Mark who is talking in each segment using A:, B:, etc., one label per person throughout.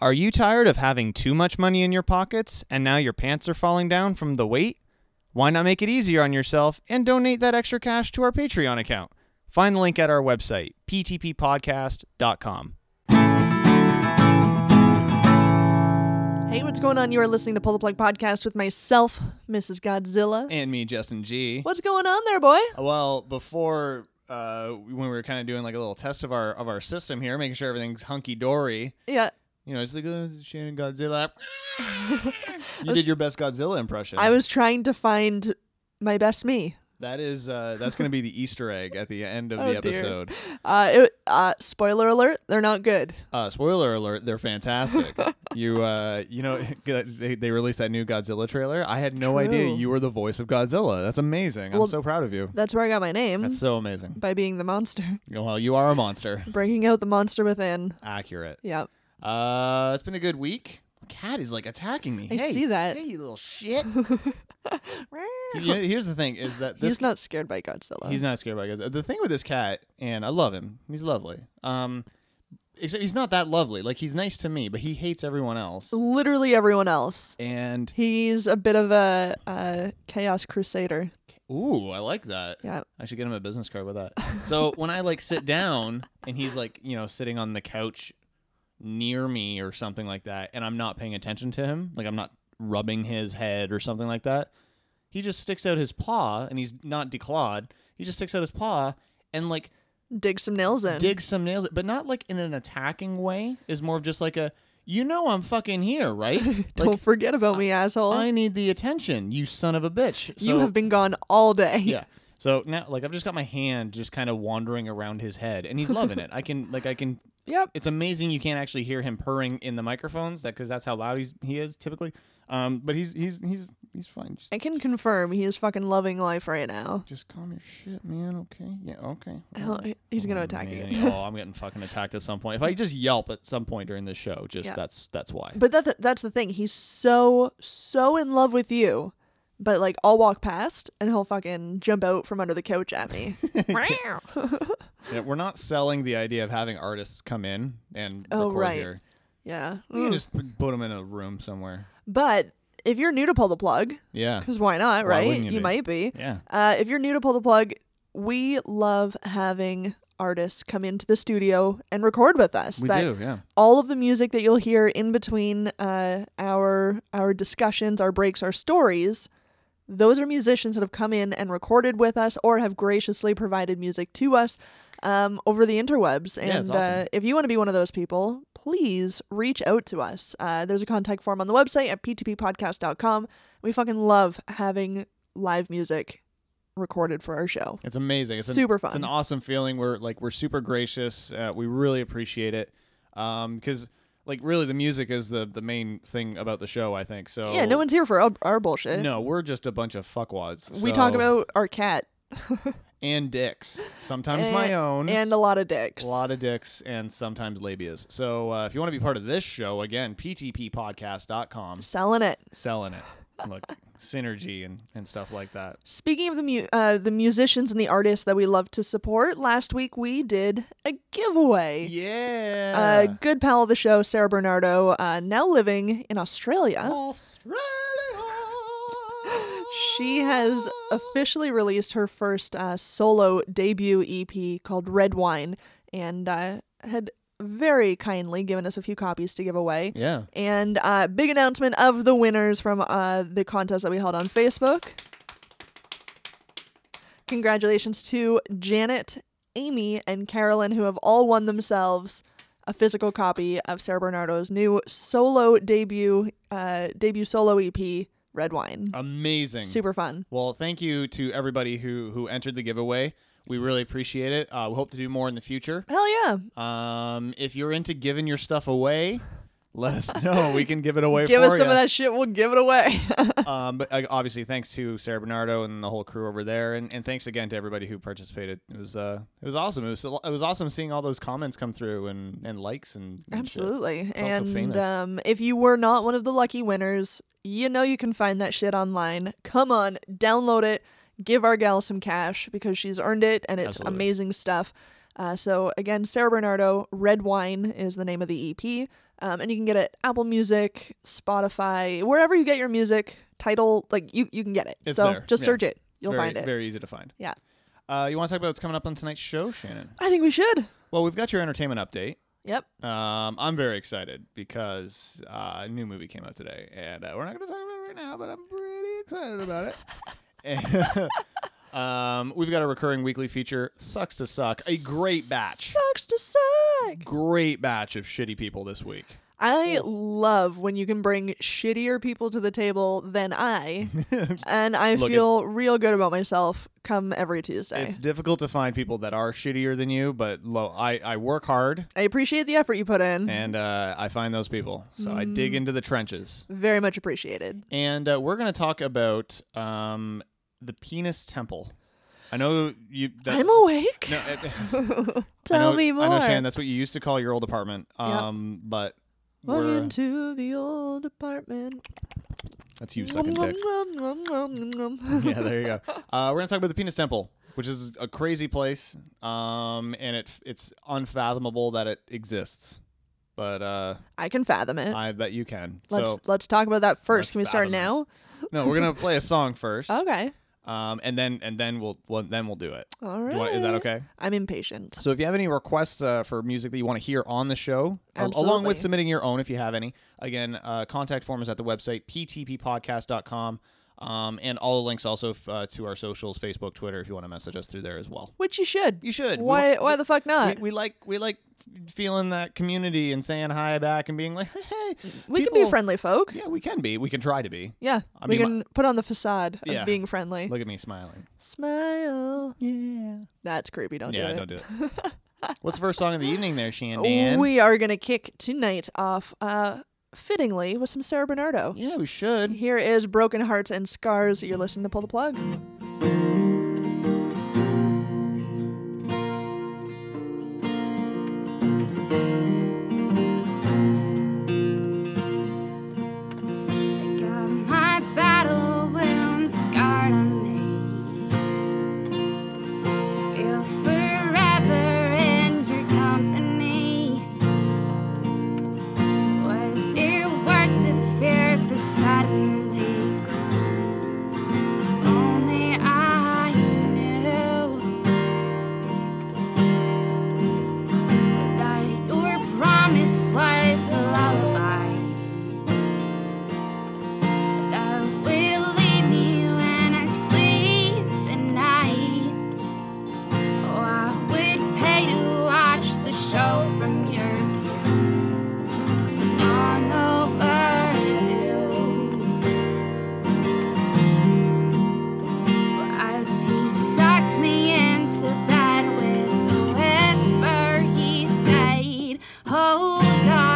A: Are you tired of having too much money in your pockets and now your pants are falling down from the weight? Why not make it easier on yourself and donate that extra cash to our Patreon account? Find the link at our website, ptppodcast.com.
B: Hey, what's going on? You are listening to Pull the Plug Podcast with myself, Mrs. Godzilla.
A: And me, Justin G.
B: What's going on there, boy?
A: Well, before uh, when we were kind of doing like a little test of our of our system here, making sure everything's hunky dory.
B: Yeah,
A: You know, it's like uh, Shannon Godzilla. you did your best Godzilla impression.
B: I was trying to find my best me.
A: that is uh, that's going to be the Easter egg at the end of
B: Oh,
A: the
B: dear.
A: episode.
B: Uh, it, uh, spoiler alert, they're not good.
A: Uh, spoiler alert, they're fantastic. you uh, you know they, they released that new Godzilla trailer. I had no idea
B: True.
A: you were the voice of Godzilla. That's amazing.
B: Well, Mm-hmm.
A: I'm so proud of you.
B: That's where I got my name
A: That's so amazing. Oh,
B: by being the monster,
A: Well, you are a monster.
B: breaking out the monster within.
A: Accurate.
B: Yep.
A: Uh, it's been a good week. Cat is like attacking me.
B: I
A: Hey,
B: see that.
A: Hey, you little shit. Yeah, Here's the thing: is that this
B: He's not scared by Godzilla.
A: He's not scared by guys. The thing with this cat, and I love him. He's lovely. Um, except he's not that lovely. Like he's nice to me, but he hates everyone else.
B: Literally everyone else.
A: And
B: He's a bit of a uh, chaos crusader.
A: ooh, I like that.
B: Yeah.
A: I should get him a business card with that. So when I like sit down and he's like, you know, sitting on the couch near me or something like that, and I'm not paying attention to him, like I'm not rubbing his head or something like that, he just sticks out his paw and he's not declawed. He just sticks out his paw and like
B: Dig some nails in.
A: dig some nails, but not like in an attacking way. Is more of just like a, you know, I'm fucking here, right?
B: Don't
A: like,
B: forget about me, asshole.
A: I need the attention, you son of a bitch. So,
B: you have been gone all day.
A: yeah. So now, like, I've just got my hand just kind of wandering around his head, and he's loving it. I can, like, I can.
B: Yep.
A: It's amazing you can't actually hear him purring in the microphones, that because that's how loud he's he is typically. Um, but he's he's he's he's fine. Just,
B: I can confirm he is fucking loving life right now.
A: just calm your shit, man. Okay. Yeah. Okay.
B: Hell, He's gonna
A: Oh,
B: attack
A: man.
B: you.
A: oh, I'm getting fucking attacked at some point. If I just yelp at some point during this show, just
B: Yeah.
A: that's that's why.
B: But that's that's the thing. He's so so in love with you, but like I'll walk past and he'll fucking jump out from under the couch at me. Meow.
A: Yeah, we're not selling the idea of having artists come in and
B: Oh,
A: record
B: right.
A: here.
B: yeah.
A: We can
B: Mm.
A: just p- put them in a room somewhere.
B: But if you're new to pull the plug,
A: Yeah.
B: because why not,
A: Why
B: right?
A: wouldn't you be?
B: might be.
A: Yeah.
B: Uh, if you're new to pull the plug, we love having artists come into the studio and record with us.
A: We
B: That-
A: do. Yeah.
B: all of the music that you'll hear in between uh, our our discussions, our breaks, our stories, those are musicians that have come in and recorded with us or have graciously provided music to us um, over the interwebs. And
A: Yeah, it's
B: uh,
A: awesome.
B: if you want to be one of those people, please reach out to us. Uh, there's a contact form on the website at ptppodcast.com. We fucking love having live music recorded for our show.
A: It's amazing. It's
B: Super
A: an, It's
B: fun.
A: an awesome feeling. We're like we're super gracious. Uh, we really appreciate it. Um, because like really the music is the the main thing about the show. I think so.
B: Yeah, no one's here for our, our bullshit.
A: Oh. No, we're just a bunch of fuckwads.
B: We talk
A: so-
B: about our cat
A: and dicks. Sometimes
B: and,
A: my own.
B: and a lot of dicks.
A: A lot of dicks and sometimes labias. So uh, if you want to be part of this show, again, ptppodcast.com.
B: selling it.
A: Selling it. Look, synergy and, and stuff like that.
B: Speaking of the mu- uh, the musicians and the artists that we love to support, last week we did a giveaway. A
A: Yeah.
B: good pal of the show, Sarah Bernardo, uh, now living in Australia.
A: Australia.
B: She has officially released her first uh, solo debut EP called Red Wine and uh, had very kindly given us a few copies to give away.
A: Yeah.
B: And uh, big announcement of the winners from uh, the contest that we held on Facebook. Congratulations to Janet, Amy, and Carolyn, who have all won themselves a physical copy of Sarah Bernardo's new solo debut uh, debut solo EP, Red
A: Um,
B: Wine.
A: Amazing.
B: Super fun.
A: Well, thank you to everybody who who entered the giveaway. We really appreciate it. Uh, we hope to do more in the future.
B: Hell yeah!
A: Um, if you're into giving your stuff away, let us know. We can give it away
B: Give
A: for
B: us some
A: ya.
B: of that shit. We'll give it away.
A: um, but uh, obviously, thanks to Sarah Bernardo and the whole crew over there, and, and thanks again to everybody who participated. It was uh, it was awesome. It was it was awesome seeing all those comments come through and, and likes and, and shit.
B: Absolutely.
A: It's also
B: And
A: famous.
B: um, if you were not one of the lucky winners, you know you can find that shit online. Come on, download it. Give our gal some cash because she's earned it and it's
A: Absolutely.
B: amazing stuff. Uh, so, again, Sarah Bernardo, Red Wine is the name of the EP. Um, and you can get it Apple Music, Spotify, wherever you get your music title. Like you, you can get it.
A: It's
B: so
A: there,
B: just
A: yeah.
B: search it. You'll
A: very,
B: find it.
A: Very easy to find.
B: Yeah.
A: Uh, you want to talk about what's coming up on tonight's show, Shannon?
B: I think we should.
A: Well, we've got your entertainment update.
B: Yep.
A: Um, I'm very excited because uh, a new movie came out today, and uh, we're not going to talk about it right now, but I'm pretty excited about it. And, um, we've got a recurring weekly feature, "Sucks to Suck," a great batch,
B: Sucks to suck.
A: great batch of shitty people this week.
B: I love when you can bring shittier people to the table than I, and I
A: Look, it-
B: feel real good about myself come every Tuesday.
A: It's difficult to find people that are shittier than you, but lo, I, I work hard
B: I appreciate the effort you put in.
A: and uh, I find those people. So I dig into the trenches.
B: Very much appreciated.
A: And uh, we're going to talk about um, the penis temple. I know you. That,
B: I'm awake.
A: No, it- I
B: Tell
A: know-
B: me
A: I know,
B: more.
A: Shan, that's what you used to call your old apartment. Um, But
B: Walk
A: we're,
B: into the old apartment.
A: that's you sucking dicks. yeah, there you go. Uh, we're gonna talk about the penis temple, which is a crazy place, um, and it it's unfathomable that it exists. But uh,
B: I can fathom it.
A: I bet you can.
B: let's
A: so
B: let's talk about that
A: let's
B: first. Can we start
A: fathom
B: now?
A: no, we're gonna play a song first,
B: Okay.
A: um, and then and then we'll, we'll then we'll do it.
B: All
A: Do
B: right.
A: you want- is that okay?
B: I'm impatient.
A: So if you have any requests uh, for music that you want to hear on the show, al- along with
B: Absolutely.
A: submitting your own if you have any, again, uh, contact form is at the website, ptppodcast.com. Um, and all the links also f- uh, to our socials, Facebook, Twitter, if you want to message us through there as well.
B: Which you should.
A: You should. We
B: Why?
A: wa-
B: why the fuck
A: We,
B: not?
A: we like we like f- feeling that community and saying hi back and being like, hey,
B: We, can
A: people-
B: be friendly folk.
A: Yeah, we can be. We can try to be.
B: Yeah,
A: I
B: we
A: mean,
B: can put on the facade of
A: Yeah.
B: being friendly.
A: Look at me smiling.
B: Smile.
A: Yeah.
B: That's creepy. Don't
A: yeah,
B: do it. Oh,
A: don't do it. What's the first song of the evening there, Shandan?
B: We are gonna kick tonight off, uh, fittingly, with some Sarah Bernardo.
A: yeah, we should.
B: Here is "Broken Hearts and Scars." You're listening to Pull the Plug.
C: Got my battle wounds scarred on me. To feel forever in your company. Was it worth the fears that suddenly grew? If only I knew that your promise was a lullaby. That will leave me when I sleep at night. Oh, I would pay to watch the show from your view. So long overdue. But as he sucked me into bed with a whisper, he said, Hold on.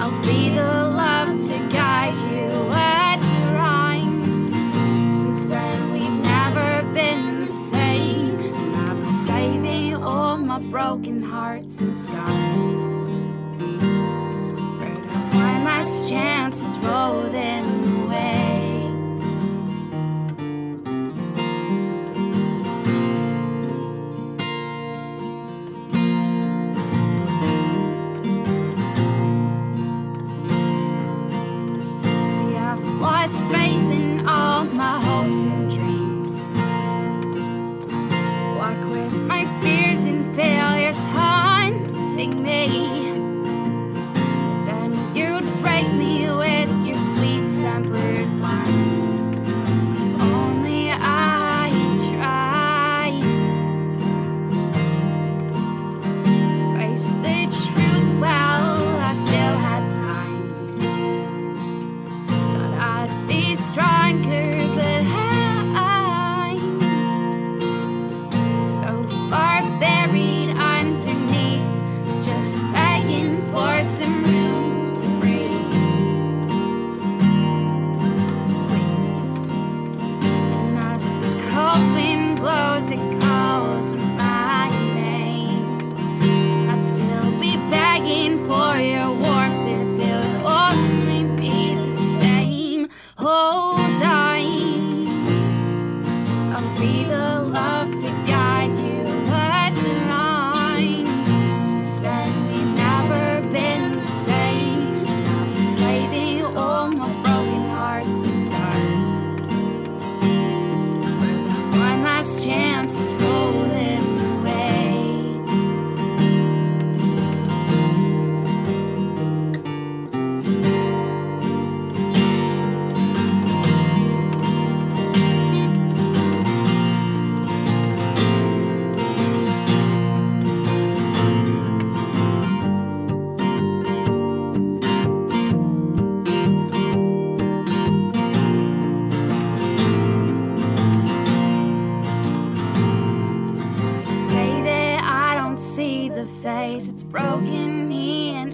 C: I'll be the love to guide you where to rhyme. Since then, we've never been the same. And I've been saving all my broken hearts and scars for that one last chance to throw them away. See, I've lost faith in all my hopes and dreams. Walk with my fears and failures haunting me. Then you'd break me with your sweet tempered lines. If only I tried to face the truth while I still had time. Thought I'd be stronger, but I'm so far buried underneath, just begging for some room to breathe. Oh,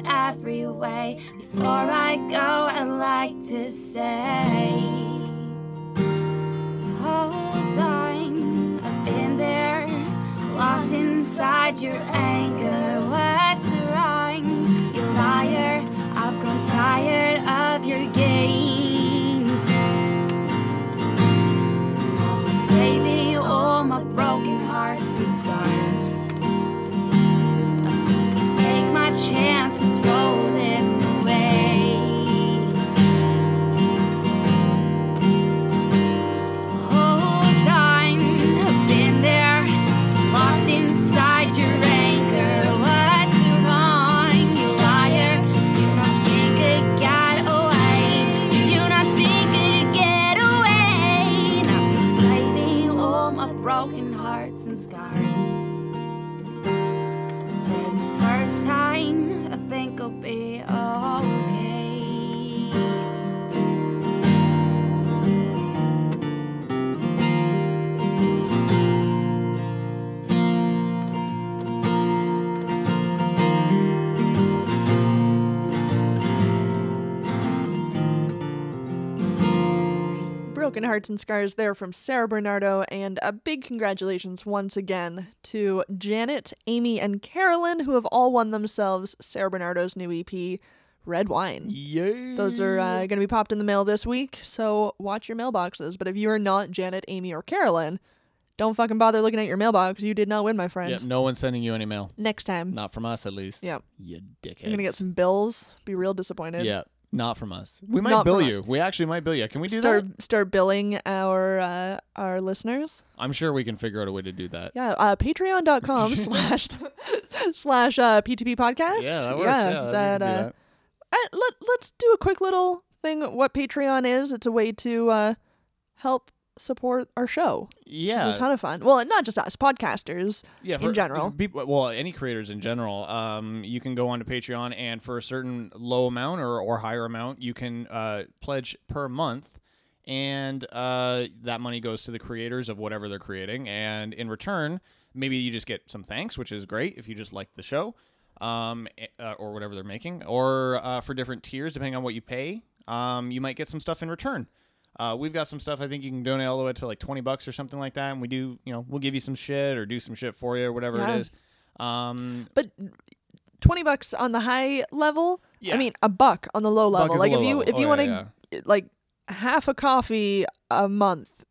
C: every way. Before I go, I'd like to say, Hold on, I've been there, lost inside your anger. What's wrong, you liar? I've grown tired of your games. Saving all my broken hearts and scars. Take my chance and throw them away. Whole time I've been there, lost inside your anger. What's wrong, you liar? Do not think I got away. You do not think I get away. Not saving all my broken hearts and scars. For the first time, I think I'll be okay.
B: Broken Hearts and Scars there from Sarah Bernardo, and a big congratulations once again to Janet, Amy, and Carolyn, who have all won themselves Sarah Bernardo's new EP, Red Wine.
A: Yay.
B: Those are uh, going to be popped in the mail this week, so watch your mailboxes. But if you are not Janet, Amy, or Carolyn, don't fucking bother looking at your mailbox. You did not win, my friend.
A: Yep, no one's sending you any mail.
B: Next time,
A: Not from us, at least.
B: Yep.
A: You dickhead.
B: you're going to get some bills, be real disappointed.
A: Yeah. Not from us. We might
B: Not from
A: bill
B: us.
A: you. We actually might bill you. Can we do
B: Start
A: that?
B: start billing our uh, our listeners.
A: I'm sure we can figure out a way to do that.
B: Yeah, uh, patreon.com slash slash uh, PTP podcast.
A: Yeah, that works. Yeah, that, we can do that.
B: uh, let, let's do a quick little thing of what Patreon is. It's a way to uh, help support our show.
A: Yeah.
B: It's a ton of fun. Well, not just us, podcasters.
A: yeah,
B: in general.
A: peop- well, any creators in general, um, you can go onto Patreon, and for a certain low amount or, or higher amount, you can uh, pledge per month, and uh, that money goes to the creators of whatever they're creating, and in return, maybe you just get some thanks, which is great if you just like the show, um, eh, uh, or whatever they're making, or uh, for different tiers depending on what you pay, um, you might get some stuff in return. Uh, we've got some stuff I think you can donate all the way to like 20 bucks or something like that. And we do, you know, we'll give you some shit or do some shit for you or whatever
B: Yeah.
A: it is. Um,
B: But 20 bucks on the high level.
A: Yeah.
B: I mean, a buck on the low
A: Buck
B: level.
A: is a
B: Like
A: low
B: if you
A: level.
B: if
A: Oh,
B: you
A: yeah,
B: want to like half a coffee a month,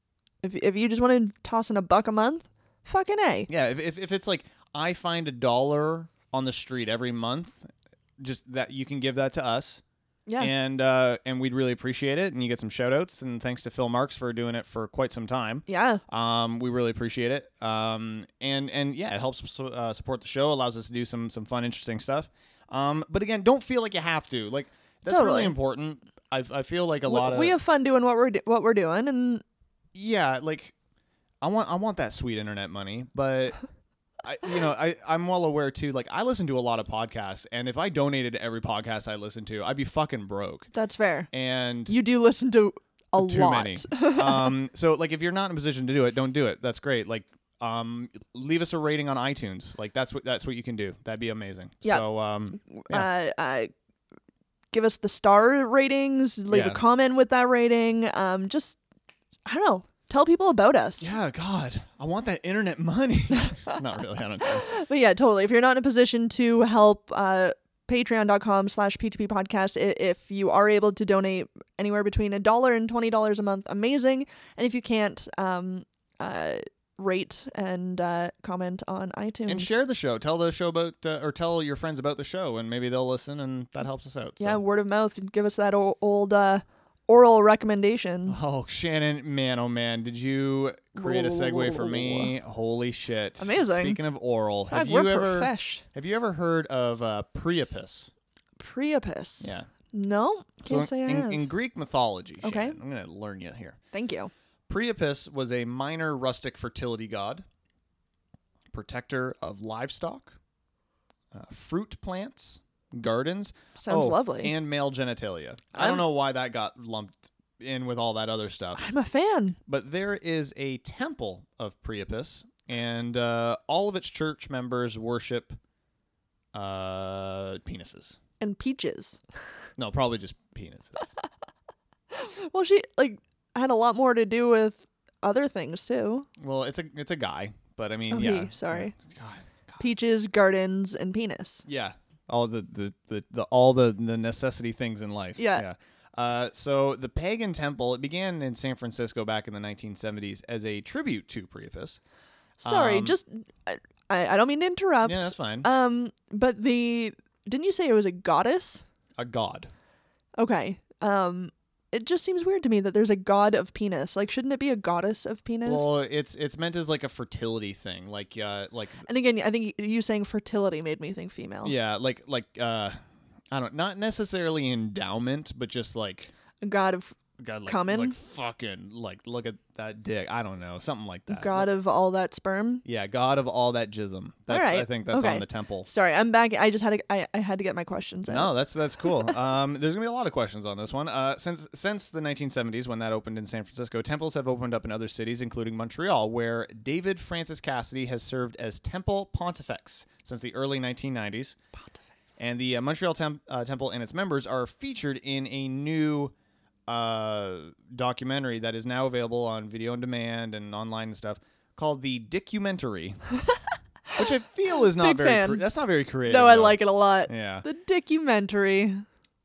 B: if if you just want to toss in a buck a month, fucking a.
A: yeah, if, if, if it's like I find a dollar on the street every month, just that you can give that to us.
B: Yeah.
A: And uh, and we'd really appreciate it. And you get some shout outs. And thanks to Phil Marks for doing it for quite some time.
B: yeah.
A: Um, we really appreciate it. Um, and and yeah, it helps su- uh, support the show, allows us to do some some fun, interesting stuff. Um, but again, don't feel like you have to. Like that's
B: Totally.
A: really important. I I feel like a
B: We-
A: lot of
B: we have fun doing what we're do- what we're doing and
A: yeah, like I want I want that sweet internet money, but. I, you know, I, I'm well aware too. Like, I listen to a lot of podcasts, and if I donated to every podcast I listen to, I'd be fucking broke.
B: that's fair.
A: And
B: You do listen to a
A: too
B: lot.
A: many. um, so like if you're not in a position to do it, don't do it. That's great. Like um, leave us a rating on iTunes. Like that's what that's what you can do. That'd be amazing.
B: Yeah.
A: So um, yeah.
B: Uh, uh, give us the star ratings. Leave a
A: Yeah.
B: comment with that rating. Um, just I don't know. Tell people about us.
A: yeah, God, I want that internet money. not really. I don't care.
B: But yeah, totally. If you're not in a position to help, uh, patreon.com slash ptp podcast I- if you are able to donate anywhere between a dollar and twenty dollars a month amazing and if you can't um uh rate and uh comment on itunes
A: And share the show. Tell the show about uh, or tell your friends about the show, and maybe they'll listen, and that helps us out. So.
B: yeah word of mouth give us that o- old uh oral recommendation
A: Oh, Shannon, man, oh man, did you create a segue for me? Holy shit.
B: Amazing.
A: Speaking of oral, have
B: God,
A: you
B: we're
A: ever
B: profesh
A: have you ever heard of uh, Priapus?
B: priapus
A: Yeah.
B: no
A: So
B: can't say i
A: in,
B: have
A: in Greek mythology,
B: Okay.
A: Shannon, I'm going to learn you here.
B: thank you
A: Priapus was a minor rustic fertility god, protector of livestock, uh, fruit plants, gardens.
B: sounds
A: oh,
B: lovely
A: And male genitalia. I'm, I do
B: I'm-
A: not know why that got lumped in with all that other stuff.
B: i'm a fan
A: But there is a temple of Priapus, and uh, all of its church members worship uh, penises.
B: and peaches.
A: No, probably just penises.
B: Well, she like had a lot more to do with other things too.
A: well, it's a it's a guy, but I mean,
B: Oh,
A: yeah.
B: he, sorry.
A: God, God.
B: Peaches, gardens, and penis.
A: Yeah. All the, the, the, the all the, the necessity things in life.
B: Yeah.
A: Uh, so the pagan temple it began in San Francisco back in the 1970s as a tribute to Priapus.
B: Sorry,
A: Um,
B: just I, I I don't mean to interrupt.
A: Yeah, that's fine.
B: Um, but the didn't you say it was a goddess?
A: a god.
B: Okay. Um, it just seems weird to me that there's a god of penis. Like, shouldn't it be a goddess of penis?
A: Well, it's it's meant as like a fertility thing, like uh, like
B: and again, I think you saying fertility made me think female.
A: yeah, like like uh, I don't not necessarily endowment, but just like
B: A god of
A: God, like,
B: Common?
A: like fucking like look at that dick. I don't know, something like that.
B: god of all that sperm.
A: yeah, god of all that jism. That's I
B: right,
A: think that's
B: okay.
A: on the temple.
B: Sorry, I'm back. I just had to. I, I had to get my questions in.
A: No, that's that's cool. um, there's gonna be a lot of questions on this one. Uh, since since the 1970s, when that opened in San Francisco, temples have opened up in other cities, including Montreal, where David Francis Cassidy has served as temple pontifex since the early 1990s. And the uh, Montreal temp- uh, temple and its members are featured in a new uh, documentary that is now available on video on demand and online and stuff called the Documentary, which I feel is not
B: Big
A: very
B: fan.
A: cre- that's not very creative.
B: No, I
A: though.
B: like it a lot.
A: Yeah.
B: The documentary.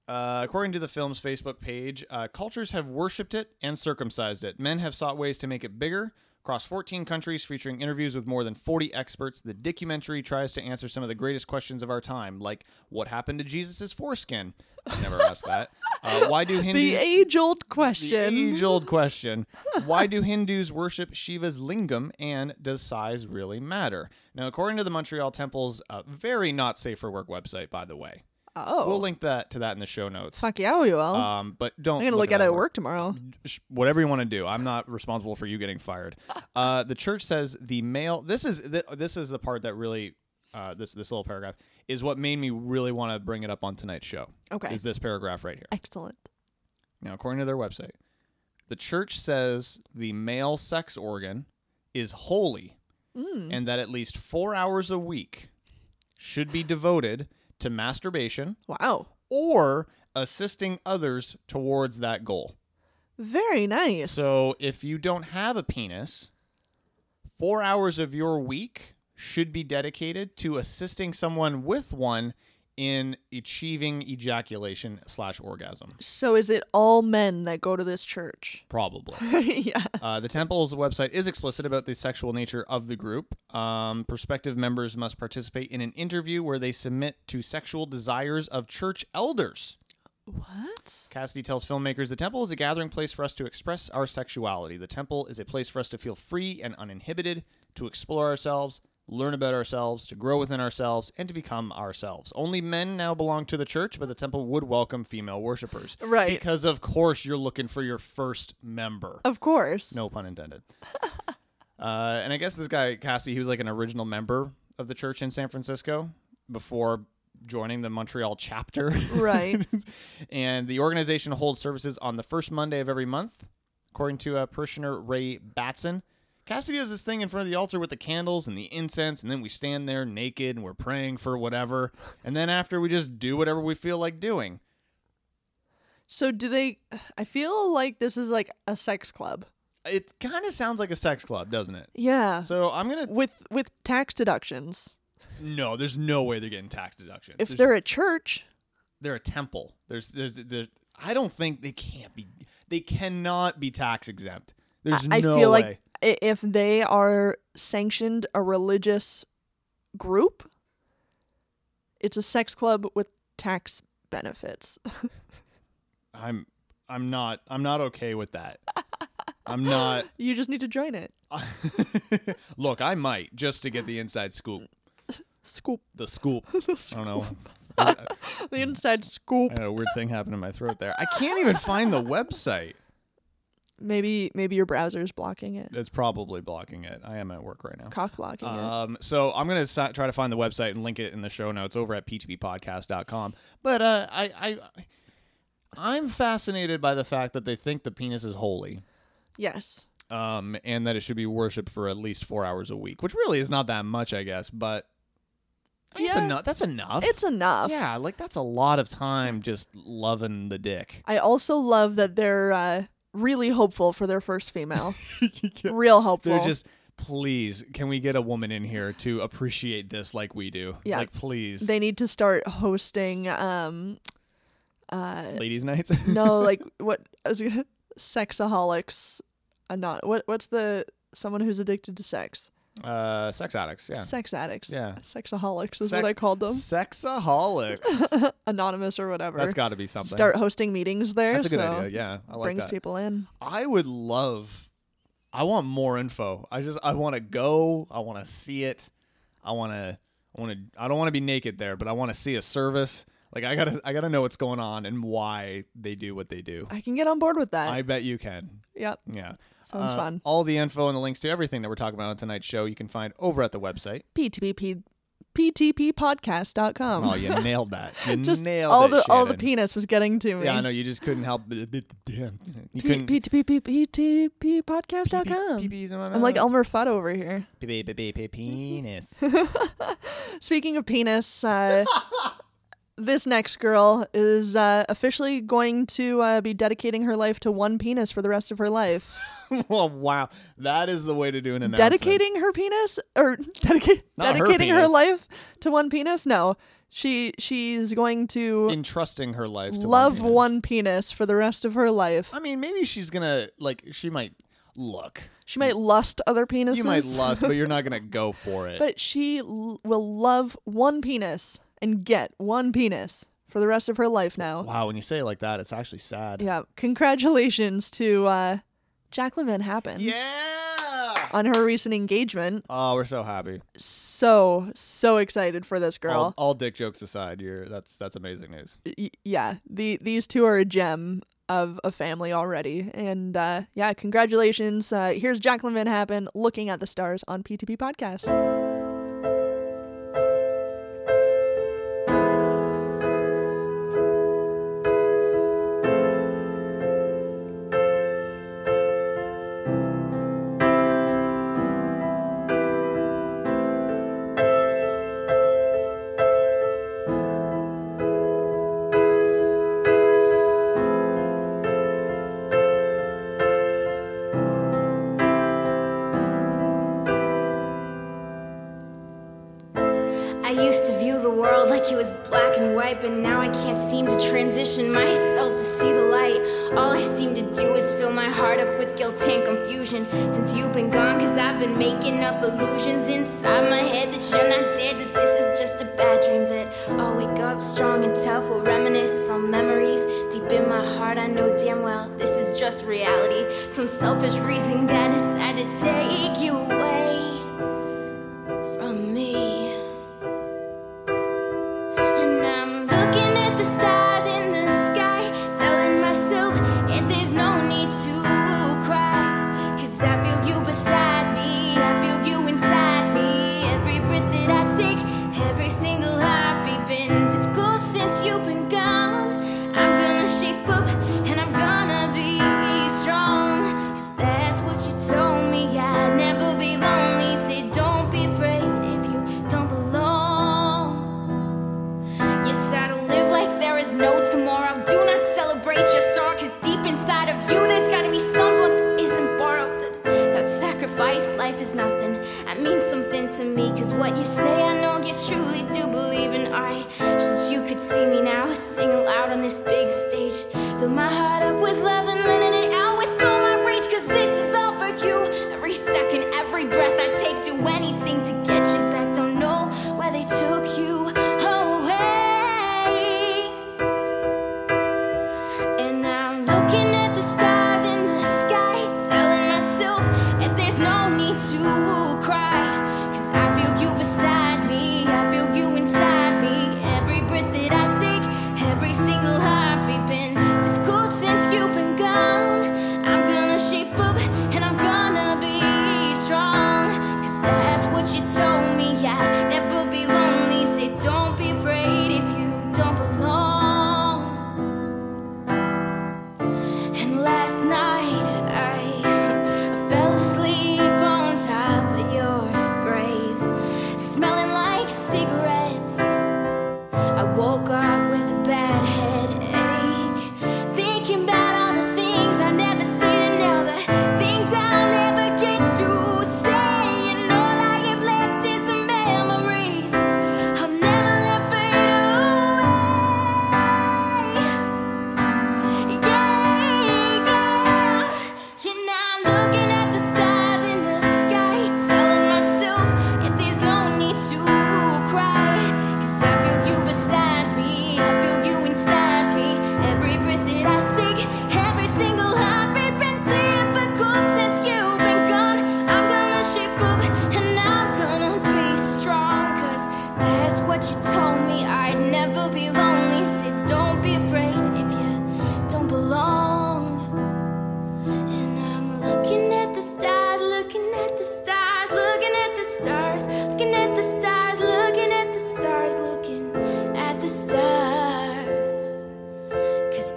A: Uh, according to the film's Facebook page, uh, cultures have worshipped it and circumcised it. Men have sought ways to make it bigger. Across 14 countries, featuring interviews with more than 40 experts, the documentary tries to answer some of the greatest questions of our time, like what happened to Jesus' foreskin? I've never asked that. Uh, why do Hindus?
B: The age old question.
A: age old question. Why do Hindus worship Shiva's lingam and does size really matter? Now, according to the Montreal Temple's uh, very not safe for work website, by the way,
B: oh.
A: we'll link that to that in the show notes.
B: Fuck yeah, we will.
A: Um, but don't.
B: Oh. I'm gonna Uh, look, at it at work tomorrow.
A: Sh- Whatever you want to do, I'm not responsible for you getting fired. Uh, the church says the male. This is th- this is the part that really, uh, this this little paragraph is what made me really want to bring it up on tonight's show.
B: Okay.
A: Is this paragraph right here?
B: Excellent.
A: Now, according to their website, the church says the male sex organ is holy
B: Mm.
A: and that at least four hours a week should be devoted to masturbation
B: Wow.
A: or assisting others towards that goal.
B: Very nice.
A: So if you don't have a penis, four hours of your week should be dedicated to assisting someone with one in achieving ejaculation slash orgasm.
B: So is it all men that go to this church?
A: Probably.
B: yeah.
A: Uh, the temple's website is explicit about the sexual nature of the group. Um, prospective members must participate in an interview where they submit to sexual desires of church elders.
B: What?
A: Cassidy tells filmmakers the temple is a gathering place for us to express our sexuality. The temple is a place for us to feel free and uninhibited, to explore ourselves, learn about ourselves, to grow within ourselves, and to become ourselves. Only men now belong to the church, but the temple would welcome female worshippers.
B: Right.
A: Because, of course, you're looking for your first member.
B: Of course.
A: No pun intended. uh, and I guess this guy Cassie, he was like an original member of the church in San Francisco before joining the Montreal chapter.
B: Right.
A: and the organization holds services on the first Monday of every month, according to uh, parishioner Ray Batson. Cassidy does this thing in front of the altar with the candles and the incense, and then we stand there naked and we're praying for whatever. And then after, we just do whatever we feel like doing.
B: So do they? I feel like this is like a sex club.
A: It kind of sounds like a sex club, doesn't it?
B: Yeah.
A: So I'm going to
B: with with tax deductions.
A: No, there's no way they're getting tax deductions.
B: If
A: There's-
B: they're a church,
A: they're a temple. There's there's there. I don't think they can't be. They cannot be tax exempt. There's
B: I
A: no
B: feel
A: way.
B: like i- if they are sanctioned a religious group, it's a sex club with tax benefits.
A: I'm I'm not I'm not okay with that. I'm not.
B: You just need to join it.
A: look, I might just to get the inside scoop.
B: Scoop
A: The scoop. I don't know.
B: the inside scoop.
A: Hmm. I had a weird thing happen in my throat there. I can't even find the website.
B: Maybe maybe your browser's blocking it.
A: That's probably blocking it. I am at work right now.
B: Cock blocking it.
A: Um, so I'm gonna si- try to find the website and link it in the show notes over at p2ppodcast.com. But uh, I, I, I'm fascinated by the fact that they think the penis is holy,
B: Yes.
A: um, and that it should be worshipped for at least four hours a week, which really is not that much, I guess. But That's
B: Yeah.
A: enough. That's enough.
B: It's enough.
A: yeah, like that's a lot of time just loving the dick.
B: I also love that they're uh, really hopeful for their first female. Real hopeful.
A: They're just please, can we get a woman in here to appreciate this like we do?
B: Yeah.
A: Like please.
B: they need to start hosting um uh
A: Ladies' nights.
B: no like what I was gonna sexaholics uh, not what what's the someone who's addicted to sex
A: uh, sex addicts. Yeah.
B: sex addicts
A: Yeah.
B: sexaholics is
A: Sex-
B: what I called them
A: Sexaholics.
B: anonymous or whatever
A: That's got to be something.
B: start hosting meetings there
A: That's a good
B: so
A: idea. Yeah, I like
B: brings
A: that.
B: people in
A: I would love. I want more info. I just I want to go. I want to see it. I want to. I want to. I don't want to be naked there, but I want to see a service. Like I gotta. I gotta know what's going on and why they do what they do.
B: I can get on board with that
A: I uh, bet you can.
B: yep
A: Yeah.
B: Sounds fun.
A: All the info and the links to everything that we're talking about on tonight's show you can find over at the website.
B: ptp ptppodcast.com
A: Oh, you nailed that. You
B: just
A: nailed
B: all
A: it,
B: the all the
A: Shannon.
B: penis was getting to me
A: Yeah, I know you just couldn't help. Damn, you couldn't.
B: ptppodcast.com I'm like Elmer Fudd over here.
A: penis.
B: Speaking of penis, uh, this next girl is uh, officially going to uh, be dedicating her life to one penis for the rest of her life.
A: well, wow, that is the way to do an announcement.
B: dedicating her penis or dedica-
A: Not her
B: dedicating her,
A: penis.
B: life to one penis? No, she she's going to
A: entrusting her life. To
B: love
A: one. man.
B: one penis for the rest of her life.
A: I mean, maybe she's gonna like. She might look.
B: She might lust other penises.
A: You might lust, but you're not gonna go for it.
B: But she l- will love one penis and get one penis for the rest of her life now.
A: wow, when you say it like that, it's actually sad.
B: Yeah. Congratulations to uh, Jacqueline Van Happen
A: Yeah.
B: on her recent engagement.
A: Oh, we're so happy.
B: So, so excited for this
A: All,
B: girl.
A: all dick jokes aside, you're that's that's amazing news.
B: Y- yeah. The, these two are a gem of a family already. And uh, yeah, congratulations. Uh, here's Jacqueline Van Happen looking at the stars on PTP Podcast.
C: I used to view the world like it was black and white, but now I can't seem to transition myself to see the light. All I seem to do is fill my heart up with guilt and confusion. Since you've been gone, cause I've been making up illusions inside my head that you're not dead, that this is just a bad dream. That I'll wake up strong and tough, will reminisce on memories. Deep in my heart, I know damn well this is just reality. Some selfish reason got decided to take you away from me. And I'm looking at the stars in the sky, telling myself that there's no need to cry. Cause I feel you beside me, I feel you inside me. Every breath that I take, every single heartbeat been difficult since you've been gone. I'm gonna shape up and I'm gonna be strong. Cause that's what you told me, I'd never be lonely. Say, don't be afraid if you don't belong. Yes, I don't live like there is no tomorrow. Do not celebrate your sorrow, cause deep inside of you, there's gotta be someone that isn't borrowed. That sacrifice, life is nothing. That means something to me, cause what you say, I know you truly do believe in. I wish that you could see me now, singing loud on this big stage. Fill my heart up with love and letting it out with all my rage, cause this is all for you. Every second, every breath I take, do anything to get you back. Don't know why they took you away. And I'm looking at the stars in the sky, telling myself that there's no need to cry. Cause I feel you beside me, I feel you inside me. Every breath that I take, every single heartbeat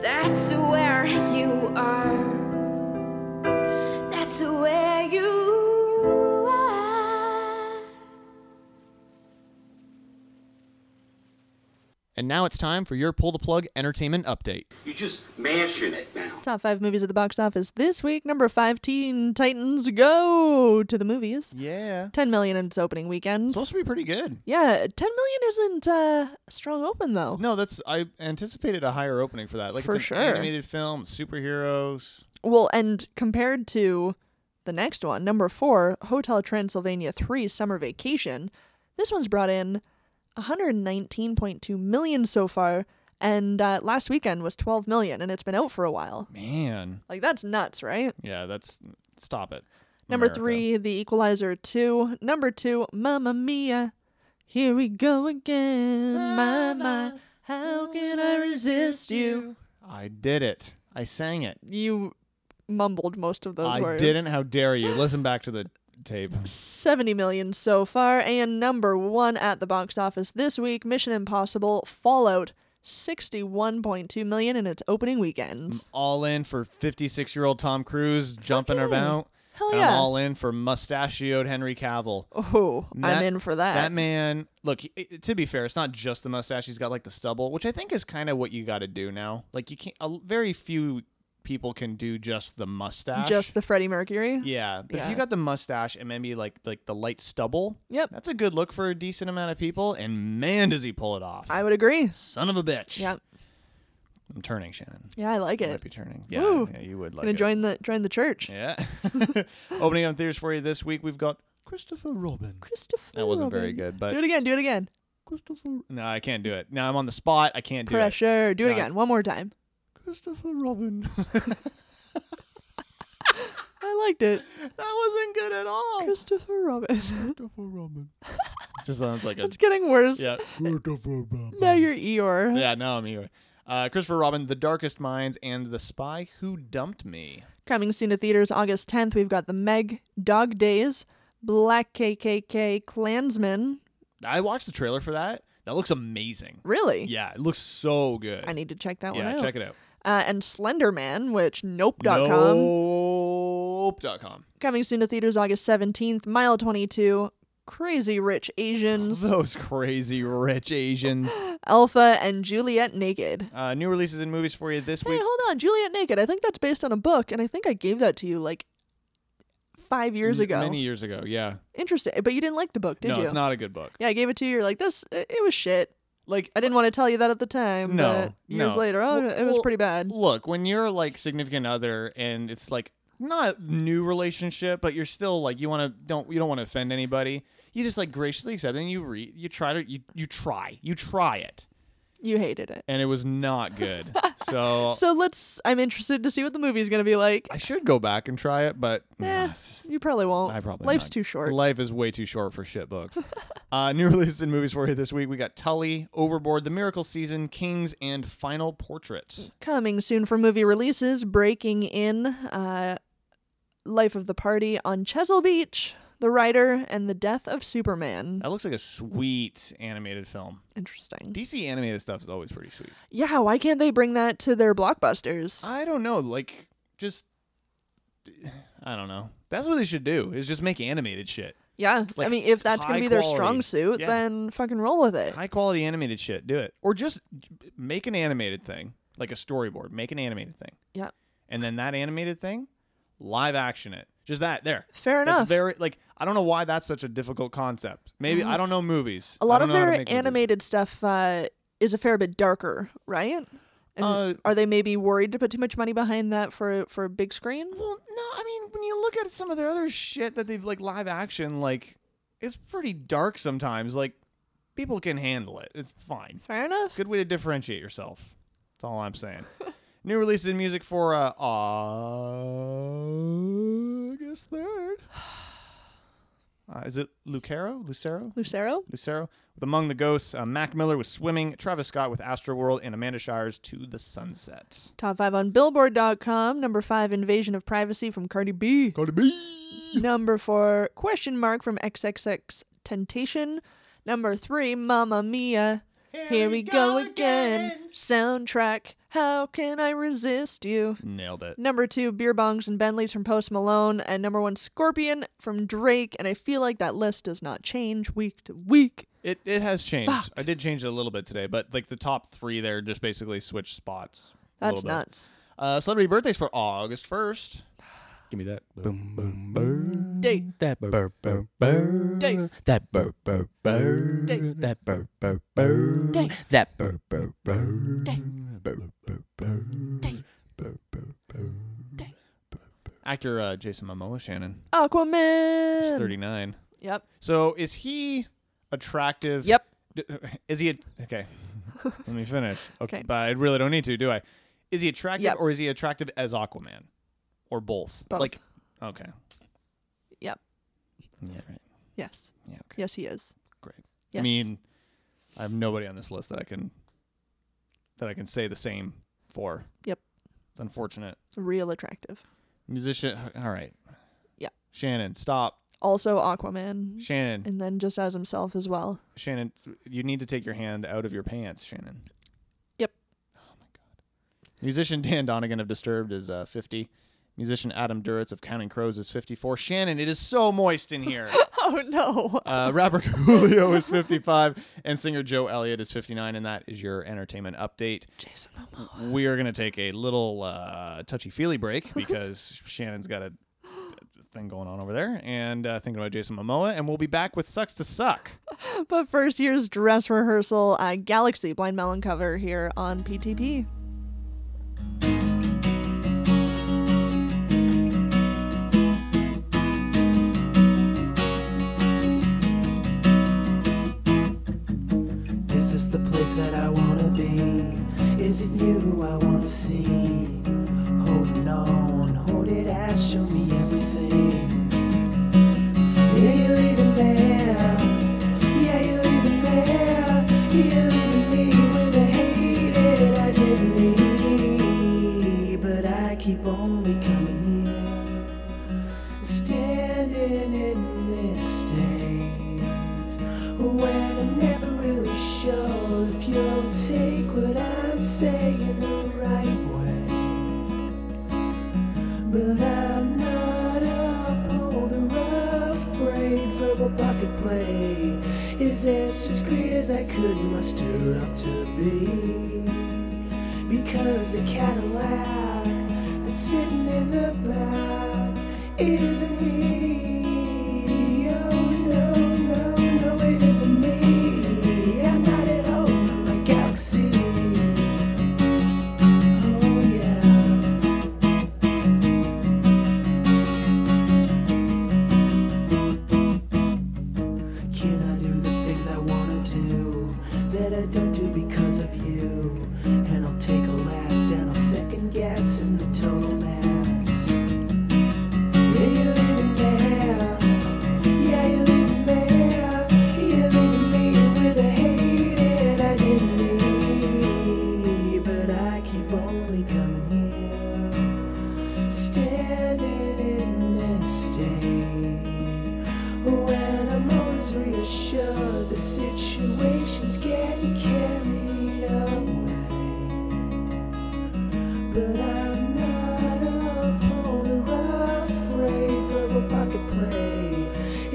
C: That's where you are. That's where you are.
A: And now it's time for your pull the plug entertainment update.
D: You just mashing it now.
B: Top five movies at the box office this week. Number five, Teen Titans Go to the movies.
A: Yeah.
B: Ten million in its opening weekend.
A: Supposed to be pretty good.
B: yeah, ten million isn't uh, a strong open though.
A: No, that's I anticipated a higher opening for that. Like
B: For
A: it's an
B: sure.
A: animated film, superheroes.
B: Well, and compared to the next one, number four, Hotel Transylvania 3 Summer Vacation, this one's brought in 119.2 million so far, and uh, last weekend was 12 million, and it's been out for a while.
A: Man.
B: Like, that's nuts, right?
A: Yeah, that's stop it.
B: Number
A: America.
B: three, The Equalizer 2. Number two, Mamma Mia. Here we go again, Mama. How can I resist you?
A: I did it. I sang it.
B: You mumbled most of those
A: I
B: words.
A: didn't. How dare you? Listen back to the tape.
B: 70 million so far, and number one at the box office this week Mission Impossible Fallout, 61.2 million in its opening weekend.
A: All in for 56 year old Tom Cruise jumping
B: yeah.
A: about.
B: Hell
A: and
B: yeah.
A: I'm all in for mustachioed Henry Cavill.
B: Oh,
A: That-
B: I'm in for that.
A: That man, look, he- it- to be fair, it's not just the mustache. He's got like the stubble, which I think is kind of what you got to do now. Like, you can't, a, very few people can do just the mustache.
B: Just the Freddie Mercury.
A: Yeah. But if
B: Yeah.
A: you got the mustache and maybe like like the light stubble,
B: Yep.
A: that's a good look for a decent amount of people. And man, does he pull it off.
B: I would agree.
A: Son of a bitch.
B: Yeah.
A: I'm turning, Shannon.
B: Yeah, I like
A: I
B: it.
A: might be turning. Yeah,
B: Woo.
A: yeah, you would like
B: Gonna
A: it.
B: join the join the church.
A: Yeah. Opening on theaters for you this week, we've got Christopher Robin.
B: Christopher.
A: That wasn't very
B: Robin.
A: good, but-
B: do it again. Do it again.
A: Christopher. No, I can't do it. Now I'm on the spot. I can't do it.
B: Pressure. Do it
A: No.
B: again. One more time.
A: Christopher Robin.
B: I liked it.
A: that wasn't good at all.
B: Christopher Robin.
A: Christopher Robin. it just sounds like a.
B: it's getting worse.
A: Yeah.
B: Now you're Eeyore.
A: Yeah, now I'm here. Uh, Christopher Robin, The Darkest Minds, and The Spy Who Dumped Me.
B: Coming soon to theaters August 10th, we've got The Meg, Dog Days, Black KKK, Klansman.
A: I watched the trailer for that. That looks amazing.
B: Really?
A: Yeah, it looks so good.
B: I need to check that one
A: yeah,
B: out.
A: check it out.
B: Uh, and Slenderman, which nope.com.
A: Nope.com.
B: Coming soon to theaters August 17th, Mile 22, Crazy Rich Asians,
A: Those crazy rich Asians.
B: Alpha, and Juliet Naked.
A: Uh, new releases and movies for you this
B: Hey,
A: week.
B: hold on. Juliet Naked. I think that's based on a book, and I think I gave that to you like five years
A: M-
B: ago.
A: Many years ago, yeah.
B: Interesting. But you didn't like the book, did
A: no,
B: you?
A: it's not a good book.
B: Yeah, I gave it to you. You're like, this, it it was shit.
A: Like
B: I didn't want to tell you that at the time.
A: No,
B: but years
A: no.
B: later, oh,
A: Well-
B: it was
A: well,
B: pretty bad.
A: look, when you're like significant other and it's like not new relationship, but you're still like you want to don't you don't want to offend anybody. You just like graciously accept it and you read you try to you you try. You try it.
B: You hated it.
A: And it was not good. so,
B: So let's. I'm interested to see what the movie's gonna be like.
A: Oh. I should go back and try it, but nah,
B: Eh,
A: it's just-
B: you probably won't.
A: I probably
B: Life's
A: not.
B: too short.
A: Life is way too short for shit books. uh, new releases and movies for you this week. We got Tully, Overboard, The Miracle Season, Kings, and Final
B: Mm.
A: Portrait.
B: Coming soon for movie releases, breaking in uh, Life of the Party on Chesil Beach, The Rider, and The Death of Superman.
A: That looks like a sweet animated film.
B: Interesting.
A: DC animated stuff is always pretty sweet.
B: Yeah, why can't they bring that to their blockbusters?
A: I don't know, like just I don't know. That's what they should do is just make animated shit.
B: Yeah, I
A: Like,
B: mean, if that's gonna
A: high
B: be their
A: quality.
B: strong suit,
A: Yeah.
B: then fucking roll with it.
A: High quality animated shit, do it. Or just make an animated thing, like a storyboard, make an animated thing.
B: Yeah.
A: And then that animated thing, live action it. Just that there.
B: Fair
A: That's
B: enough. Mm-hmm.
A: very like I don't know why that's such a difficult concept. Maybe I don't know movies.
B: A
A: I
B: lot
A: don't know
B: of
A: how to
B: their
A: make movies.
B: animated stuff uh, is a fair bit darker, right? And
A: Uh,
B: are they maybe worried to put too much money behind that for for a big screen?
A: Well, no, I mean when you look at some of their other shit that they've like live action, like it's pretty dark sometimes. Like people can handle it. It's fine.
B: Fair enough.
A: Good way to differentiate yourself. That's all I'm saying. New releases in music for uh, August third. Uh, is it Lucero? Lucero?
B: Lucero,
A: Lucero with Among the Ghosts. Uh, Mac Miller with Swimming. Travis Scott with Astroworld, and Amanda Shires to the Sunset.
B: top five on Billboard.com. Number five, Invasion of Privacy from Cardi B.
A: Go to be.
B: Number four, Question Mark from XXX Temptation. Number three, Mamma Mia. Here, we go, again. Soundtrack How Can I Resist You?
A: Nailed it.
B: Number two, Beer Bongs and Bentleys from Post Malone. And number one, Scorpion from Drake. And I feel like that list does not change week to week.
A: It it has changed.
B: Fuck.
A: I did change it a little bit today, but like the top three there just basically switched spots. a
B: That's
A: little bit.
B: nuts.
A: Uh, celebrity birthdays for August first.
E: Give me that. Boom, boom, boom.
B: Day.
E: That burr, burr, burr.
B: Day.
E: That burr, burr, burr.
B: Day.
E: That burr, burr, burr.
B: Day.
E: That burr, burr, burr.
B: Day.
E: Burr, burr, burr.
B: Day.
E: Burr, burr, burr.
A: Actor uh, Jason Momoa Shannon.
B: Aquaman.
A: He's thirty nine.
B: Yep.
A: So is he attractive?
B: Yep.
A: D- uh, Is he a, okay? Let me finish.
B: Okay.
A: But I really don't need to, do I? Is he attractive,
B: Yep.
A: or is he attractive as Aquaman, or both?
B: Both.
A: Like, okay.
B: Yep.
A: Yeah. Right.
B: Yes.
A: Yeah. Okay.
B: Yes, he is.
A: Great.
B: Yes.
A: I mean, I have nobody on this list that I can that I can say the same for.
B: Yep.
A: It's unfortunate.
B: real attractive.
A: Musician. All right.
B: Yeah.
A: Shannon, stop.
B: Also Aquaman.
A: Shannon,
B: And then just as himself as well.
A: Shannon, you need to take your hand out of your pants, Shannon.
B: Yep.
A: Oh my god. Musician Dan Donegan of Disturbed is uh, 50. Musician Adam Duritz of Counting Crows is 54. Shannon, it is so moist in here.
B: Oh no.
A: Uh, rapper Julio is 55, and singer Joe Elliott is 59, and that is your entertainment update.
B: Jason Momoa.
A: We are going to take a little uh, touchy feely break because Shannon's got a thing going on over there and uh, thinking about Jason Momoa, and we'll be back with Sucks to Suck.
B: But first year's dress rehearsal, uh, Galaxy Blind Melon cover here on PTP.
F: Is this the place that I wanna be? Is it you I wanna see? Holding on, hold it out, show me everything. Yeah, you're leaving there. Yeah, you're leaving there. You're leaving me with a hated I didn't need, but I keep only coming here. Standing in this state when I'm never really sure if you'll take what I'm saying the right way. But I'm not a upholder afraid verbal pocket play is as discreet as I could muster up to be. Because the Cadillac that's sitting in the back isn't me. Oh no, no, no, it isn't me. I'm not at home in my galaxy. Oh yeah. Can I do the things I wanna do that I don't do because of you? And I'll take a laugh down a second guess in the total mass. Yeah, you're leaving there. Yeah, you're leaving there. You're leaving me with a hated I didn't need, but I keep only coming here, standing in this state. When I'm always reassured the situation's getting carried away. But I'm not a polar afraid verbal pocket play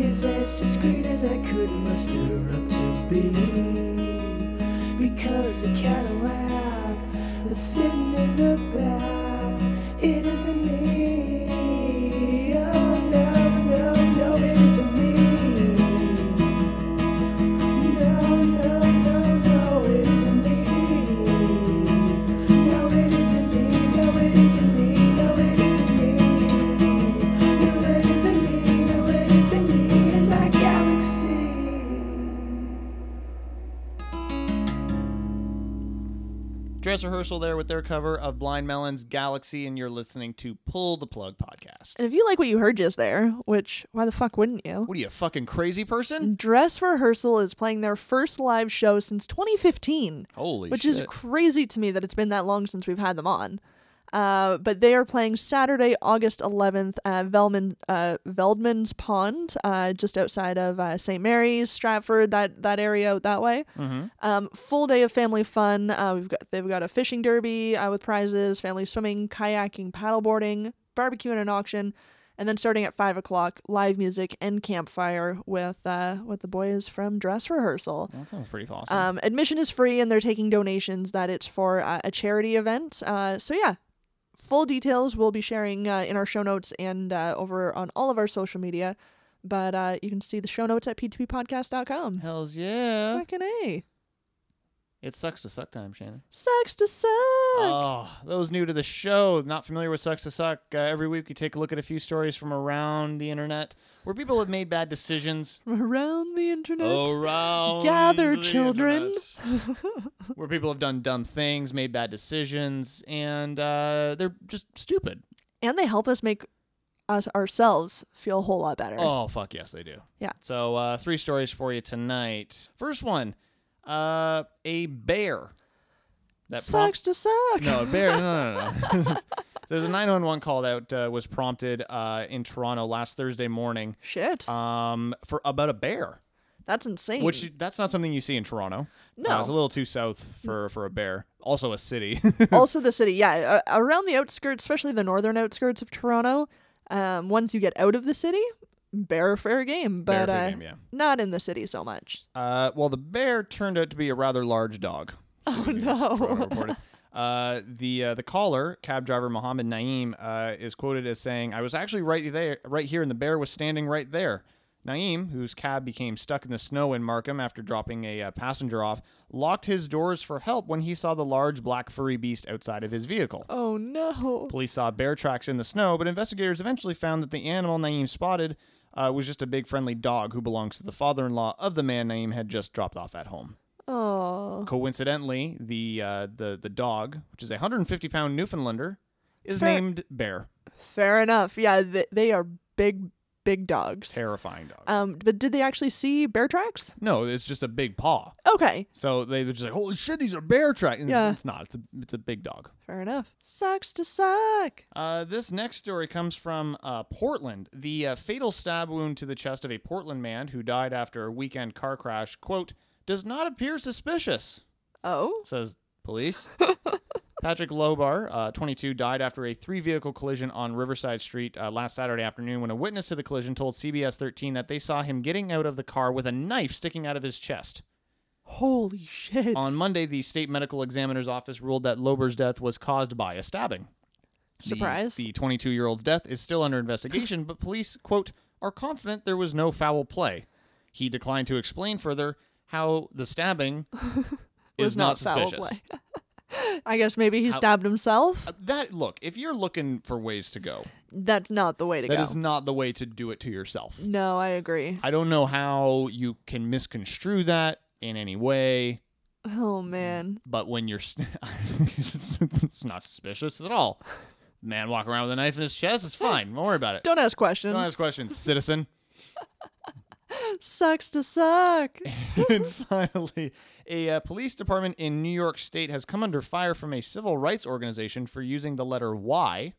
F: is as discreet as I could muster up to be. Because the Cadillac that's sitting in the back, it isn't me. Oh no, no, no, it isn't me. No, no, no, no, it isn't me. No, it isn't me. No, it isn't me. No, it isn't me. No, it isn't me. No, it isn't me in my galaxy.
A: Dress rehearsal there with their cover of Blind Melon's Galaxy, and you're listening to Pull the Plug podcast.
B: And if you like what you heard just there, which why the fuck wouldn't you?
A: What are you, a fucking crazy
B: Mm.
A: person?
B: Dress Rehearsal is playing their first live show since 2015,
A: Holy
B: which
A: shit.
B: is crazy to me that it's been that long since we've had them on. Uh, but they are playing Saturday, August 11th at Velman, uh, Veldman's Pond, uh, just outside of uh, St. Mary's, Stratford, that, that area out that way.
A: Mm-hmm.
B: Um, full day of family fun. Uh, we've got they've got a fishing derby uh, with prizes, family swimming, kayaking, paddleboarding, barbecue, and an auction. And then starting at five o'clock, live music and campfire with uh, with the boys from dress rehearsal.
A: That sounds pretty awesome.
B: Um, admission is free, and they're taking donations. That it's for uh, a charity event. Uh, so yeah, full details we'll be sharing uh, in our show notes and uh, over on all of our social media. But uh, you can see the show notes at p2ppodcast.com.
A: Hell's yeah.
B: Fucking a
A: It sucks to suck time, Shannon.
B: sucks to suck.
A: Oh, those new to the show, not familiar with Sucks to Suck, uh, every week we take a look at a few stories from around the internet where people have made bad decisions.
B: around the internet.
A: oh, Around
B: Gather,
A: the
B: children.
A: internet. where people have done dumb things, made bad decisions, and uh, they're just stupid.
B: And they help us make us ourselves feel a whole lot better.
A: Oh, fuck yes, they do.
B: Yeah.
A: So, uh, three stories for you tonight. First one uh, a bear. That prompt-
B: sucks to suck.
A: No, a bear. No, no, no. no. There's a 911 call that uh, was prompted uh, in Toronto last Thursday morning
B: Shit.
A: um, for about a bear,
B: That's insane.
A: which that's not something you see in Toronto.
B: No.
A: Uh, it's a little too south for for a bear. Also a city.
B: also the city, yeah, uh, around the outskirts, especially the northern outskirts of Toronto. Um, once you get out of the city, bear fair game, but
A: fair
B: uh,
A: game, yeah.
B: not in the city so much.
A: uh, well, the bear turned out to be a rather large dog.
B: Oh no.
A: Toronto reported. Uh, the uh, the caller, cab driver Mohammed Naeem, uh, is quoted as saying, "I was actually right there, right here, and the bear was standing right there." Naeem, whose cab became stuck in the snow in Markham after dropping a uh, passenger off, locked his doors for help when he saw the large black furry beast outside of his vehicle.
B: Oh no.
A: Police saw bear tracks in the snow, but investigators eventually found that the animal Naeem spotted uh, was just a big friendly dog who belongs to the father-in-law of the man Naeem had just dropped off at home.
B: Oh.
A: Coincidentally, the uh, the the dog, which is a 150 pound Newfoundlander, is
B: Fair-
A: named Bear.
B: Fair enough. Yeah, th- they are big, big dogs.
A: Terrifying dog.
B: Um, but did they actually see bear tracks?
A: no, it's just a big paw.
B: Okay,
A: So they were just like, "Holy shit, these are bear tracks!" And it's-
B: Yeah.
A: It's not. It's a it's a big dog.
B: fair enough. Sucks to suck.
A: Uh, this next story comes from uh, Portland. The uh, fatal stab wound to the chest of a Portland man who died after a weekend car crash quote does not appear suspicious.
B: Oh,
A: says police. Patrick Lobar, uh, 22, died after a three vehicle collision on Riverside Street uh, last Saturday afternoon when a witness to the collision told CBS 13 that they saw him getting out of the car with a knife sticking out of his chest.
B: holy shit!
A: On Monday, the state medical examiner's office ruled that Lober's death was caused by a stabbing. The-
B: Surprise.
A: The 22 year old's death is still under investigation, but police, quote, are confident there was no foul play. He declined to explain further how the stabbing
B: Was
A: is not,
B: foul
A: suspicious. Uh,
B: play. I guess maybe he stabbed himself.
A: that look if you're looking for ways to go
B: That's not the way to
A: that
B: go.
A: is not the way to do it to yourself
B: no, I agree.
A: i don't know how you can misconstrue that in any way
B: Oh man,
A: but when you're st- it's not suspicious at all man walking around with a knife in his chest it's fine don't worry about it
B: don't ask questions.
A: don't ask questions citizen
B: Sucks to suck.
A: and finally, a uh, police department in New York State has come under fire from a civil rights organization for using the letter Y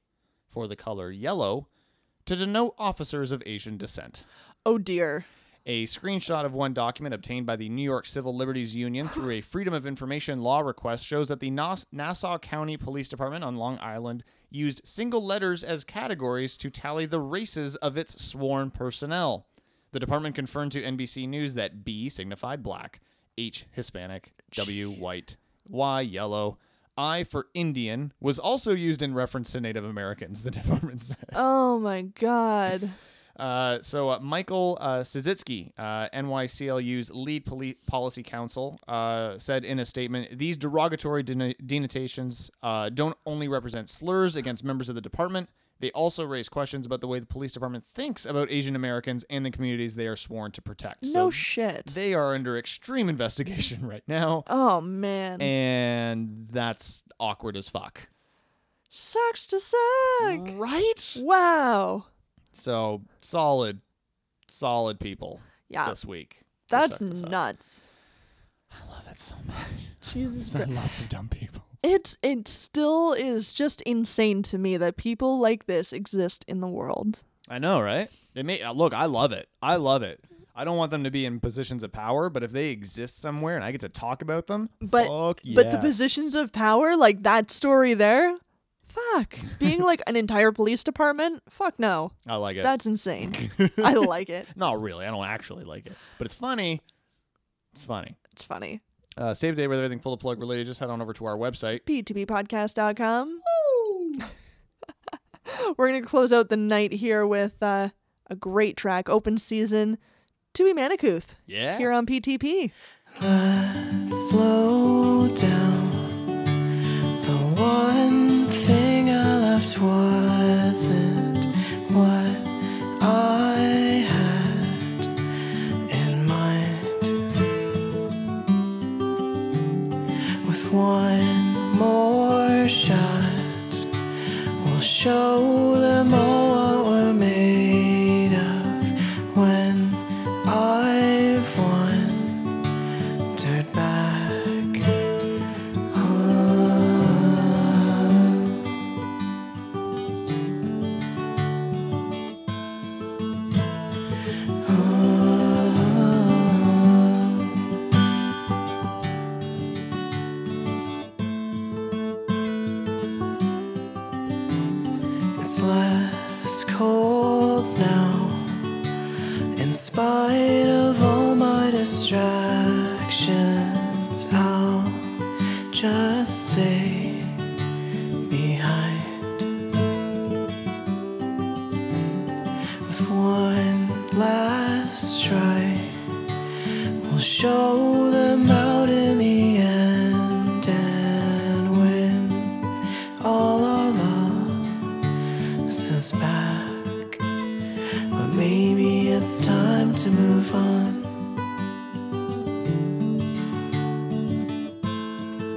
A: for the color yellow to denote officers of Asian descent.
B: oh dear.
A: A screenshot of one document obtained by the New York Civil Liberties Union through a Freedom of Information Law request shows that the Nas- Nassau County Police Department on Long Island used single letters as categories to tally the races of its sworn personnel. The department confirmed to NBC News that B signified black, H Hispanic, W white, Y yellow, I for Indian was also used in reference to Native Americans, the department said.
B: Oh my god.
A: Uh, so uh, Michael uh, Sizitsky, uh, NYCLU's lead poli- policy counsel, uh, said in a statement, "These derogatory den- denotations uh, don't only represent slurs against members of the department." They also raise questions about the way the police department thinks about Asian Americans and the communities they are sworn to protect.
B: no
A: so
B: shit.
A: they are under extreme investigation right now,
B: oh man.
A: and that's awkward as fuck.
B: Sucks to suck.
A: Right?
B: Wow.
A: So solid, solid people
B: Yeah.
A: this week. for
B: That's
A: Sex to Suck.
B: nuts.
A: That's so much.
B: Jesus
A: I
B: Christ.
A: love the dumb people.
B: It's it still is just insane to me that people like this exist in the world.
A: I know, right? It may uh, look. I love it. I love it. I don't want them to be in positions of power, but if they exist somewhere and I get to talk about them,
B: But
A: fuck
B: but the
A: yes.
B: positions of power, like that story there, fuck. Being like an entire police department, fuck no.
A: I like it.
B: That's insane. I like it.
A: Not really. I don't actually like it, but it's funny. It's funny.
B: It's funny.
A: Uh, save a day with everything pull the plug related. Just head on over to our website.
B: p2ppodcast.com. We're going to close out the night here with uh, a great track, open season, Tui Manicouth.
A: Yeah.
B: Here on PTP.
F: Let's slow down. The one thing I left wasn't what I had in mind. With one more shot, we'll show them all what we're made of when I've won turned back on. on. It's less cold now. In spite of all my distractions, I'll just stay behind with one last try. We'll show them out in the end and win all our love is back. But maybe it's time to move on.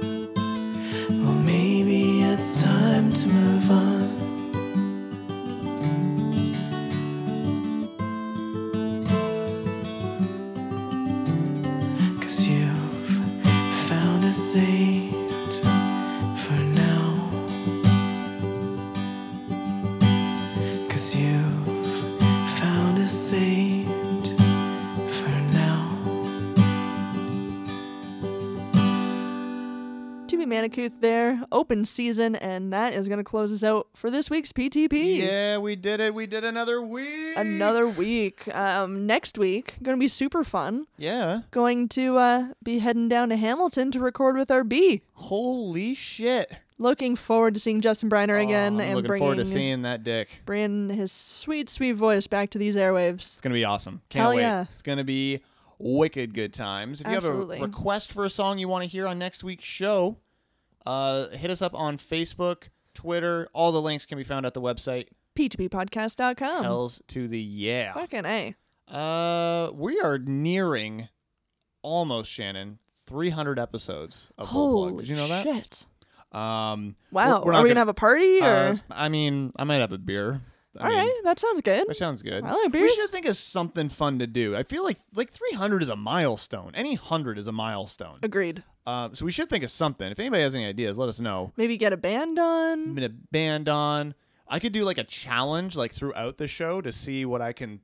F: Well, maybe it's time to move on. Cause you've found a seat for now. Cause you've found a saint for now.
B: Tui Manicouth there, open season, and that is going to close us out for this week's PTP.
A: Yeah, we did it. We did another week.
B: Another week. Um, next week, going to be super fun.
A: Yeah.
B: Going to uh, be heading down to Hamilton to record with our B.
A: Holy shit.
B: Looking forward to seeing Justin Briner again
A: Oh, I'm
B: and
A: looking
B: bringing
A: forward to seeing that dick.
B: bringing his sweet, sweet voice back to these airwaves.
A: It's gonna be awesome. Can't
B: Hell
A: wait.
B: yeah.
A: It's gonna be wicked good times. If
B: Absolutely.
A: you have a request for a song you want to hear on next week's show, uh, hit us up on Facebook, Twitter. All the links can be found at the website.
B: P2Ppodcast.com.
A: L's to the yeah.
B: Fucking A.
A: Uh, we are nearing almost Shannon 300 episodes of Bull
B: Holy
A: Plug. Did you know that?
B: shit.
A: Um,
B: Wow.
A: we're- we're
B: Are
A: not
B: we going to
A: gonna-
B: have a party? Or?
A: uh, I mean, I might have a beer. I
B: All
A: mean,
B: right. That sounds good.
A: That sounds good.
B: I like
A: We
B: beers.
A: should think of something fun to do. I feel like like 300 is a milestone. Any 100 is a milestone.
B: Agreed.
A: Uh, so we should think of something. If anybody has any ideas, let us know.
B: Maybe get a band
A: I'm
B: on.
A: gonna band on. I could do like a challenge like throughout the show to see what I can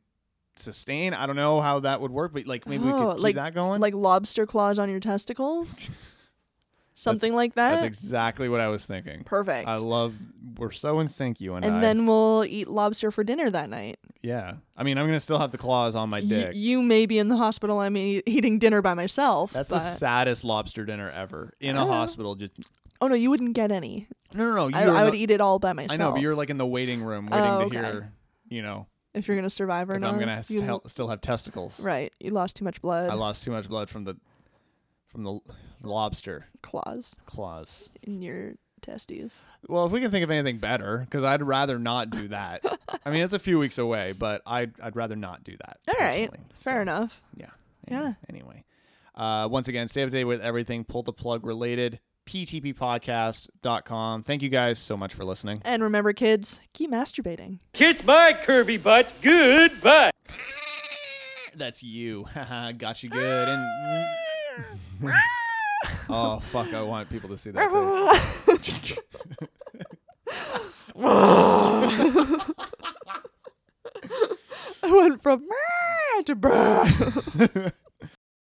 A: sustain. I don't know how that would work, but like maybe we
B: Oh,
A: could keep
B: like,
A: that going.
B: Like lobster claws on your testicles? Something like that?
A: That's exactly what I was thinking.
B: Perfect.
A: I love. We're so in sync, you and, I.
B: and then we'll eat lobster for dinner that night.
A: yeah, I mean, I'm gonna still have the claws on my
B: Y-
A: dick.
B: you may be in the hospital. I'm e- eating dinner by myself.
A: That's
B: but...
A: the saddest lobster dinner ever in a hospital. Just
B: Oh, no, you wouldn't get any.
A: no, no, no.
B: I,
A: you're
B: I
A: in
B: would
A: the-
B: eat it all by myself.
A: I know, but you're like in the waiting room waiting
B: Oh,
A: to
B: okay.
A: hear. You know,
B: if you're gonna survive or
A: if
B: not.
A: I'm gonna
B: you-
A: stel- still have testicles.
B: right, you lost too much blood.
A: I lost too much blood from the from the lobster
B: claws
A: claws.
B: in your testes.
A: Well, if we can think of anything better, because I'd rather not do that. I mean, it's a few weeks away, but I'd I'd rather not do that.
B: All right,
A: personally.
B: fair
A: So,
B: enough.
A: Yeah.
B: Yeah.
A: Anyway, uh, once again, stay up to date with everything. Pull the plug related. PTPpodcast.com. Thank you guys so much for listening.
B: And remember, kids, keep masturbating.
G: Kiss my Kirby butt. Goodbye.
A: That's you. Haha, Got you good. And. Oh fuck! I want people to see that face.
B: I went from "Ah" to brr.